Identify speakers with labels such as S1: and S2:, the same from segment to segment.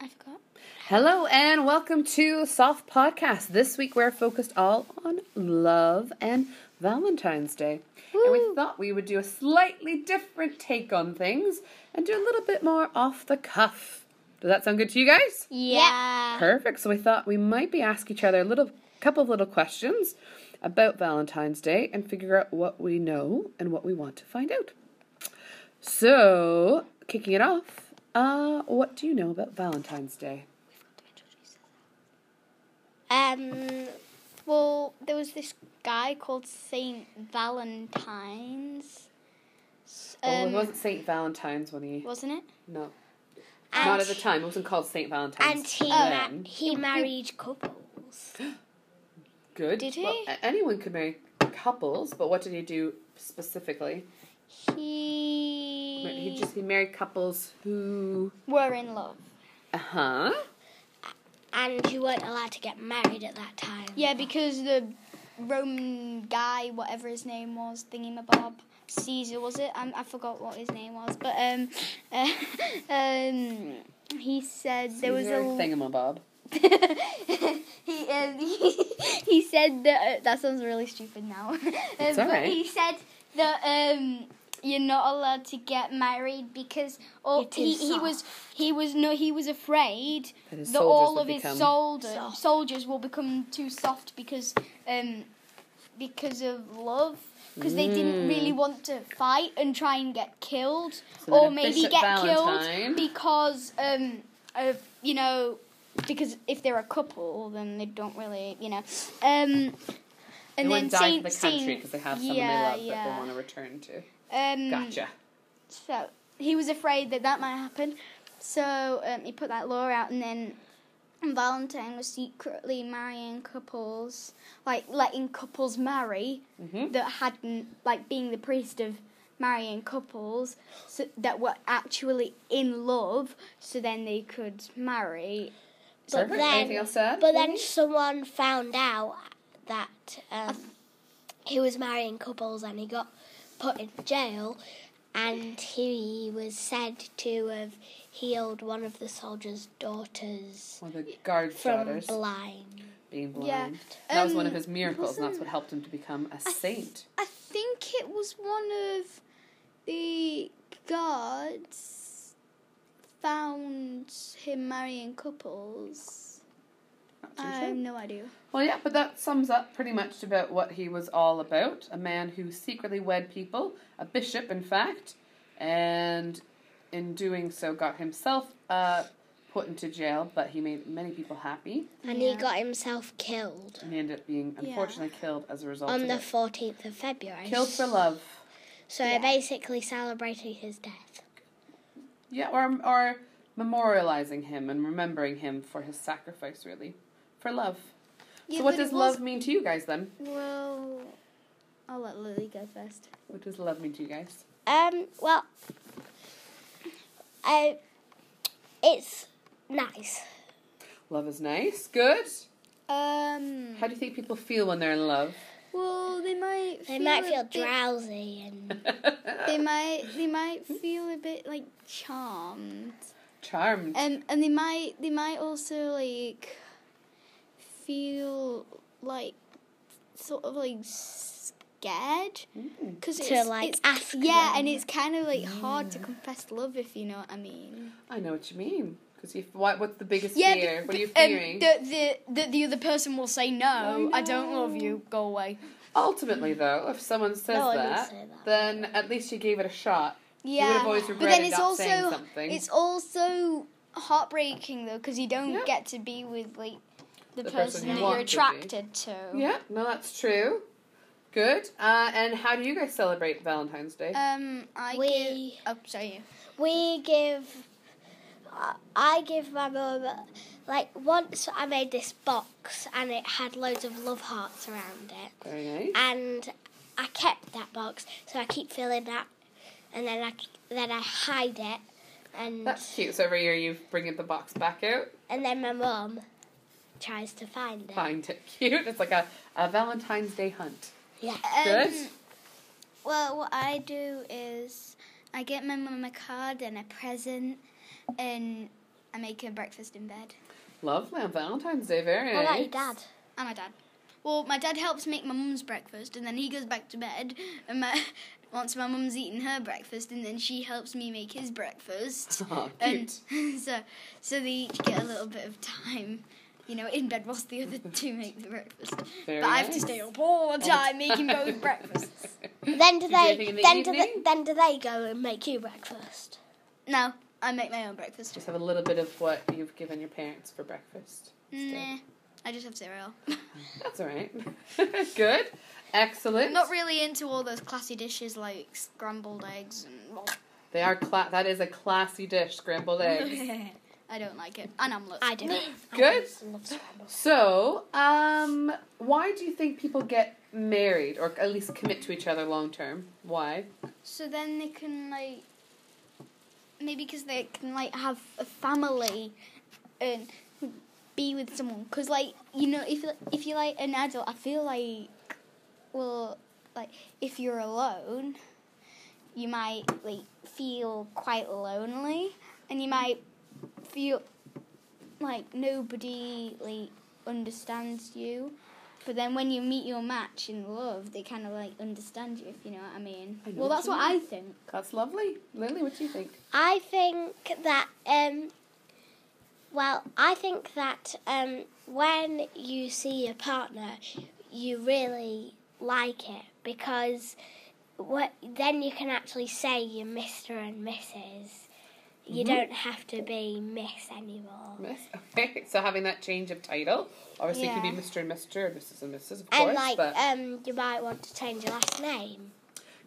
S1: I forgot.
S2: Hello and welcome to Soft Podcast. This week we're focused all on love and Valentine's Day. And we
S1: Woo.
S2: thought we would do a slightly different take on things and do a little bit more off the cuff. Does that sound good to you guys?
S1: Yeah.
S2: Perfect. So we thought we might be ask each other a little couple of little questions about Valentine's Day and figure out what we know and what we want to find out. So, kicking it off, uh, what do you know about Valentine's Day?
S1: Um. Well, there was this guy called Saint Valentine's. S-
S2: Oh,
S1: Um,
S2: it wasn't Saint Valentine's when he
S1: wasn't it?
S2: no,
S3: And
S2: not at the time. It wasn't called Saint Valentine's.
S3: And he, ma-
S2: then.
S3: he married couples.
S2: good.
S1: did
S2: Well,
S1: he?
S2: a- anyone could marry couples, but what did he do specifically?
S1: He.
S2: He just he married couples who
S1: were in love.
S2: uh huh.
S3: And you weren't allowed to get married at that time.
S1: Yeah, because the Roman guy, whatever his name was, thingamabob, Caesar was it? Um, I forgot what his name was, but um, um, he said there was a l-
S2: thingamabob.
S1: he, um, he he said that uh, that sounds really stupid now. um,
S2: It's
S1: but
S2: alright.
S1: He said that um you're not allowed to get married because all,
S3: You're too
S1: he, he was he was no he was afraid
S2: That his
S1: that
S2: soldiers
S1: all
S2: would
S1: of his
S2: become
S1: soldier,
S3: soft.
S1: soldiers will become too soft because um because of love because they didn't
S2: Mm.
S1: really want to fight and try and get killed
S2: So
S1: or
S2: then a
S1: maybe
S2: Bishop
S1: get
S2: Valentine-
S1: killed because um of you know because if they're a couple then they don't really you know um and
S2: they
S1: then
S2: wouldn't die
S1: Saint
S2: for the country
S1: Saint-
S2: because they have someone
S1: yeah,
S2: they love that they
S1: yeah.
S2: want to return to.
S1: um
S2: Gotcha.
S1: so he was afraid that that might happen so um, he put that law out and then Valentine was secretly marrying couples like letting couples marry
S2: Mhm.
S1: that hadn't like being the priest of marrying couples so, that were actually in love so then they could marry
S3: But
S2: Perfect.
S3: then-
S2: Anything else to add?
S3: But then someone found out that um, he was marrying couples and he got put in jail. And he was said to have healed one of the soldiers' daughters
S2: One of the guard's
S3: from
S2: daughters
S3: blind.
S2: being blind.
S1: Yeah.
S2: That was one
S1: Um,
S2: of his miracles, and that's
S1: wasn't-
S2: what helped him to become a saint.
S1: I think it was one of the guards found him marrying couples.
S2: Not too
S1: I
S2: sure.
S1: have no idea.
S2: Well, yeah, but that sums up pretty much about what he was all about. A man who secretly wed people, a bishop, in fact, and in doing so got himself uh, put into jail, but he made many people happy,
S3: And
S1: Yeah.
S3: he got himself killed
S2: and he ended up being
S1: Yeah.
S2: unfortunately killed as a result
S3: on
S2: of
S3: the
S2: it.
S3: 14th of February.
S2: Killed for love.
S3: So
S1: Yeah.
S3: I basically celebrated his death.
S2: Yeah, or, or memorializing him and remembering him for his sacrifice, really. For love.
S1: Yeah,
S2: so, what
S1: but it
S2: does
S1: was-
S2: love mean to you guys then?
S1: Well, I'll let Lily go first.
S2: What does love mean to you guys?
S3: Um, well, I, it's nice.
S2: Love is nice. Good.
S1: Um.
S2: How do you think people feel when they're in love?
S1: Well, they might.
S3: They might
S1: a
S3: feel
S1: bit-
S3: drowsy and
S1: They might. They might feel a bit like charmed.
S2: Charmed.
S1: Um, and they might they might also like feel like sort of like scared
S2: Mm.
S1: because
S3: to like ask.
S1: yeah,
S3: them.
S1: and it's kind of like hard to confess love if you know what I mean.
S2: I know what you mean. Because you, what, what's the biggest
S1: Yeah,
S2: fear? what are you
S1: um,
S2: fearing?
S1: the, the the the other person will say no,
S2: I
S1: I don't love you, go away.
S2: Ultimately, though, if someone says
S3: No one would
S2: that,
S3: say that.
S2: then at least you gave it a shot. You would
S1: Yeah,
S2: have always
S1: but
S2: regretted
S1: then it's
S2: not saying
S1: also
S2: something.
S1: it's also heartbreaking though because you don't
S2: Yeah.
S1: get to be with like the,
S2: The person
S1: person,
S2: you
S1: that
S2: want
S1: you're
S2: to be.
S1: attracted to.
S2: yeah, no, that's true. Good. Uh, and how do you guys celebrate Valentine's Day?
S1: Um, I
S3: We-
S1: give. Oh, sorry.
S3: we give. I- I give my mum like once I made this box and it had loads of love hearts around it,
S2: Very nice.
S3: and I kept that box, so I keep filling that, and then I then I hide it, and
S2: That's cute. So every year you bring the box back out,
S3: and then my mum tries to find it.
S2: find it cute. It's like a, a Valentine's Day hunt.
S3: Yeah.
S1: Um,
S2: Good.
S1: Well, what I do is I get my mum a card and a present, and I make her breakfast in bed.
S2: Lovely on Valentine's Day, very.
S3: What about your
S2: nice.
S3: dad?
S1: And my dad. Well, my dad helps make my mum's breakfast, and then he goes back to bed. And my, once my mum's eaten her breakfast, and then she helps me make his breakfast.
S2: Aw,
S1: And
S2: cute.
S1: so, so they each get a little bit of time, you know, in bed whilst the other two make the breakfast.
S2: Very
S1: but I have to
S2: nice.
S1: stay up all the
S2: All the
S1: time making both breakfasts.
S3: Then do
S2: you do
S3: they?
S2: anything in the
S3: then do they?
S2: evening?
S3: Then do they go and make you breakfast?
S1: No, I make my own breakfast.
S2: Just have a little bit of what you've given your parents for breakfast.
S1: Nah, I just have cereal.
S2: That's all right. Good. Excellent.
S1: I'm not really into all those classy dishes like scrambled eggs and.
S2: they are cla- that is a classy dish, scrambled eggs.
S1: I don't like it. And omelets.
S3: I do.
S2: Good.
S3: I love scrambled.
S2: So, um, why do you think people get married or at least commit to each other long term? Why?
S1: So then they can like maybe because they can like have a family and be with someone. Cause like you know if if you're like an adult, I feel like well like if you're alone, you might like feel quite lonely, and you might feel like nobody like understands you. But then when you meet your match in love, they kind of like understand you, if you know what I mean.
S2: I know
S1: well,
S2: what
S1: that's
S2: you
S1: what I think.
S2: That's lovely. Lily, what do you think?
S3: I think that um well, I think that um when you see your partner, you really like it because what then you can actually say you're Mr. and Mrs. You
S2: Mm-hmm.
S3: don't have to be Miss anymore.
S2: Miss? Okay, so having that change of title. Obviously, it could
S1: Yeah. uh,
S2: be Mr. and Mr. and Mrs. and Mrs., of course.
S3: and like
S2: but
S3: um you might want to change your last name.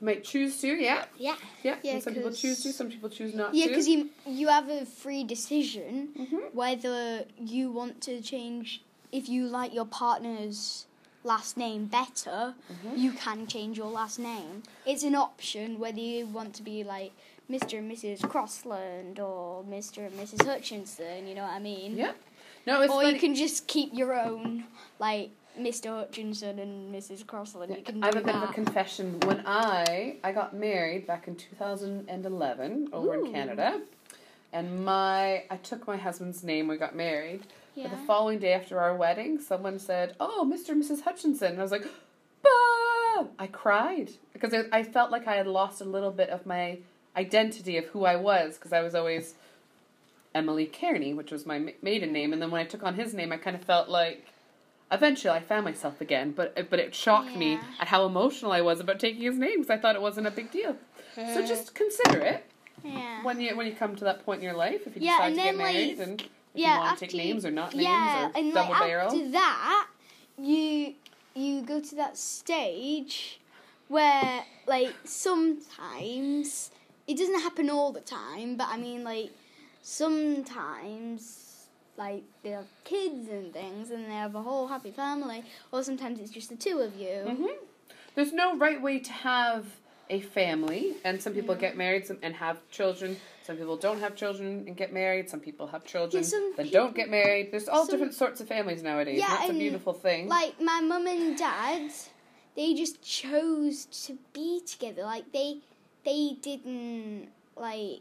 S2: you might choose to, yeah.
S3: Yeah.
S2: Yeah,
S1: Yeah,
S2: and some people
S1: 'cause-
S2: choose to, some people choose not
S1: Yeah,
S2: to.
S1: because you you have a free decision
S2: Mhm.
S1: whether you want to change if you like your partner's last name better.
S2: Mm-hmm.
S1: You can change your last name. It's an option whether you want to be like Mr. and Mrs. Crossland or Mr. and Mrs. Hutchinson. You know what I mean?
S2: Yeah. No, it's
S1: or
S2: funny.
S1: you can just keep your own, like Mr. Hutchinson and Mrs. Crossland. You can
S2: I have
S1: do
S2: a bit of a
S1: that.
S2: confession. When I I got married back in 2011 over
S1: Ooh.
S2: in Canada, and my I took my husband's name. when We got married,
S1: yeah.
S2: but the following day after our wedding, someone said, "Oh, Mr. and Mrs. Hutchinson," and I was like, "Bah!" I cried because I, I felt like I had lost a little bit of my identity of who I was because I was always Emily Kearney, which was my ma- maiden name, and then when I took on his name, I kind of felt like eventually I found myself again, but but it shocked me
S1: Yeah.
S2: at how emotional I was about taking his name because I thought it wasn't a big deal. So just consider it
S1: yeah.
S2: when you when you come to that point in your life if you
S1: Yeah,
S2: decide
S1: and
S2: to get
S1: then,
S2: married
S1: like,
S2: and if
S1: yeah,
S2: you want to
S1: after
S2: take
S1: you-
S2: names or not names
S1: yeah,
S2: or
S1: and like
S2: double barrel.
S1: after that, you you go to that stage where like sometimes it doesn't happen all the time, but I mean like sometimes like they have kids and things and they have a whole happy family, or sometimes it's just the two of you.
S2: Mhm. There's no right way to have a family, and some people get married some, and have children. Some people don't have children and get married. Some people have children
S1: Yeah, some
S2: then
S1: people-
S2: don't get married. There's all
S1: some-
S2: different sorts of families nowadays.
S1: Yeah,
S2: and that's a
S1: and,
S2: beautiful thing.
S1: Like my mum and dad, they just chose to be together. Like they they didn't like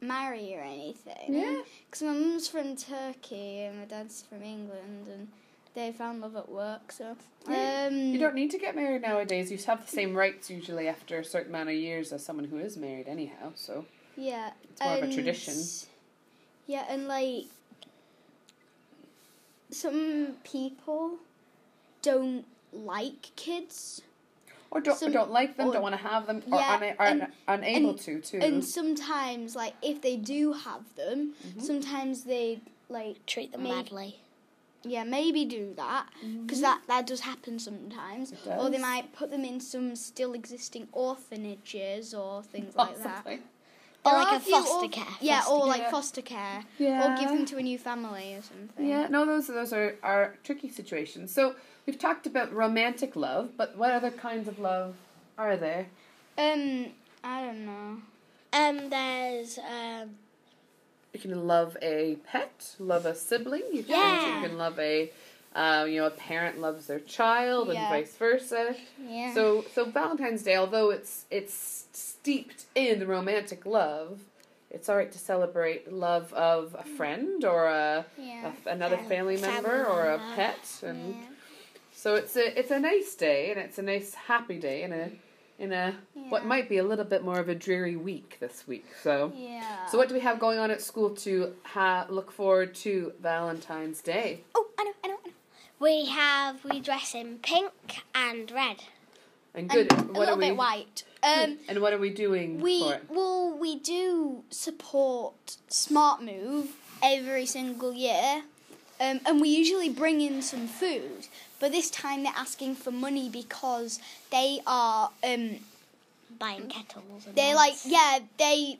S1: marry or anything.
S2: Yeah.
S1: Because my mum's from Turkey and my dad's from England, and they found love at work. So
S2: Yeah.
S1: um,
S2: you don't need to get married nowadays. You have the same rights usually after a certain amount of years as someone who is married, anyhow. So
S1: Yeah.
S2: It's more of a tradition.
S1: Yeah, and like some people don't like kids.
S2: or don't
S1: Some-
S2: don't like them,
S1: or-
S2: don't want to have them, or
S1: Yeah,
S2: una- are
S1: and-
S2: unable
S1: and-
S2: to too.
S1: And sometimes, like, if they do have them,
S2: Mhm.
S1: sometimes they, like,
S3: Treat them
S1: Me.
S3: badly.
S1: yeah, maybe do that. Because that, that does happen sometimes.
S2: Mm-hmm. It
S1: Or they
S2: does.
S1: might put them in some still existing orphanages or things
S2: Or
S1: like that.
S2: something.
S3: Or
S1: There
S3: like
S1: are
S3: a
S1: few orph-
S3: foster care.
S1: Yeah,
S3: foster
S1: or
S2: care.
S1: like
S2: Yeah.
S1: foster care.
S2: Yeah.
S1: Or give them to a new family or something.
S2: Yeah, no, those those are, are tricky situations. So we've talked about romantic love, but what other kinds of love are there?
S1: Um, I don't know.
S3: Um, there's um,
S2: You can love a pet, love a sibling. You can,
S3: Yeah.
S2: you can love a, uh, you know, a parent loves their child,
S1: Yeah.
S2: and vice versa.
S1: Yeah.
S2: So so Valentine's Day, although it's it's steeped in romantic love, it's all right to celebrate love of a friend or a, a
S1: Yeah.
S2: f- another
S3: Fam-
S2: family member
S3: family
S2: or a
S3: member.
S2: pet, and
S1: yeah.
S2: so it's a it's a nice day and it's a nice happy day in a in a what
S1: Yeah.
S2: might be a little bit more of a dreary week this week. So
S1: Yeah.
S2: so what do we have going on at school to ha- look forward to Valentine's Day?
S1: Oh, I know, I know, I know.
S3: We have we dress in pink and red.
S2: And
S1: And
S2: good.
S1: a
S2: what
S1: little
S2: are we?
S1: bit white. Um,
S2: and what are we doing
S1: we
S2: for it?
S1: well, we do support Smart Move every single year, um, and we usually bring in some food. But this time they're asking for money because they are um,
S3: Buying kettles. And
S1: They're like,
S3: lights.
S1: yeah, they.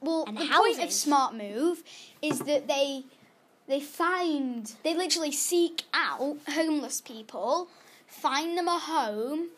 S1: Well,
S3: And
S1: the point of
S3: houses.
S1: Smart Move is that they they find they literally seek out homeless people, find them a home,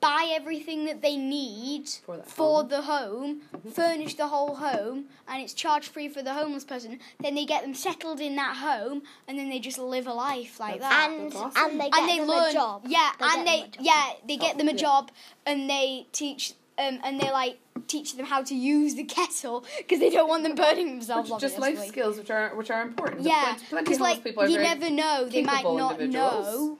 S1: buy everything that they need
S2: For that home.
S1: the home, furnish the whole home, and it's charge free for the homeless person. Then they get them settled in that home, and then they just live a life like
S2: That's-
S1: that
S3: and
S2: Ah, That's awesome.
S3: and they get
S1: and they
S3: them
S1: learn.
S3: a job.
S1: Yeah,
S3: They
S1: and
S3: get
S1: they
S3: them a job.
S1: yeah they get them a
S2: yeah.
S1: job and they teach um and they like teach them how to use the kettle because they don't want them burning themselves.
S2: Which- just life
S1: obviously.
S2: skills, which are which are important.
S1: Yeah,
S2: Plenty- plenty
S1: because
S2: of homeless
S1: like
S2: people are
S1: you
S2: very
S1: never know, they might
S2: capable
S1: not
S2: individuals.
S1: know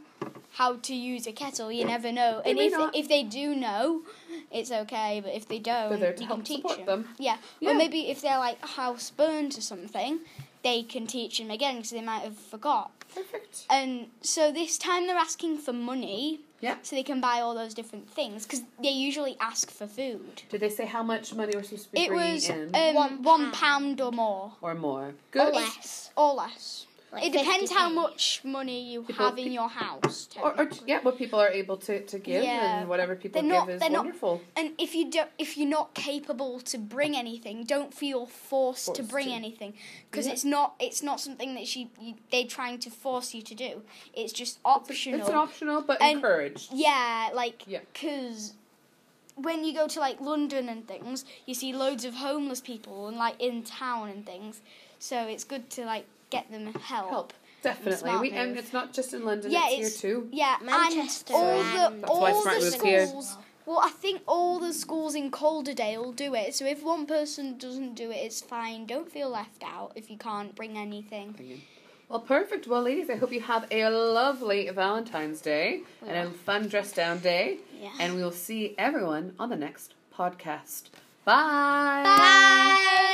S1: how to use a kettle. You never know,
S2: They
S1: and
S2: may
S1: if
S2: not.
S1: if they do know, it's okay. But if they don't,
S2: there to
S1: you can
S2: help
S1: teach
S2: support
S1: them.
S2: them.
S1: Yeah.
S2: Yeah.
S1: or maybe if they're like house burned or something, they can teach them again because they might have forgot.
S2: perfect.
S1: And so this time they're asking for money.
S2: Yeah.
S1: So they can buy all those different things because they usually ask for food.
S2: Did they say how much money we're supposed to be
S1: it
S2: bringing
S1: was oh,
S2: in
S1: um,
S3: One
S1: one,
S3: pound.
S1: pound or more,
S2: or more?
S3: or
S2: Good.
S3: less.
S1: or less.
S3: Like
S1: it depends
S3: 50p.
S1: how much money you
S2: People-
S1: have in your house.
S2: Or, or
S1: technically.
S2: yeah, what people are able to, to give
S1: Yeah.
S2: and whatever people
S1: They're not-
S2: give is
S1: they're not-
S2: wonderful.
S1: and if you don't, if you're not capable to bring anything, don't feel forced, to
S2: Forced
S1: bring
S2: to.
S1: anything because
S2: Yeah.
S1: it's not it's not something that she you, they're trying to force you to do. It's just optional.
S2: It's an optional but
S1: And-
S2: encouraged.
S1: Yeah, like
S2: Yeah.
S1: because when you go to like London and things, you see loads of homeless people and like in town and things. So it's good to like get them help.
S2: Help. Definitely.
S1: smart
S2: We and
S1: move.
S2: it's not just in London,
S1: Yeah,
S2: it's,
S1: it's-
S2: here too.
S1: Yeah,
S3: Manchester
S1: and
S3: and-
S2: That's
S1: all
S2: why
S1: the
S2: Smart
S1: all the
S2: Move's here.
S1: schools. Well, I think all the schools in Calderdale do it. So if one person doesn't do it, it's fine. Don't feel left out if you can't bring anything.
S2: Well perfect. Well ladies, I hope you have a lovely Valentine's Day and a fun dress down day.
S1: Yeah.
S2: And we will see everyone on the next podcast. Bye.
S1: Bye.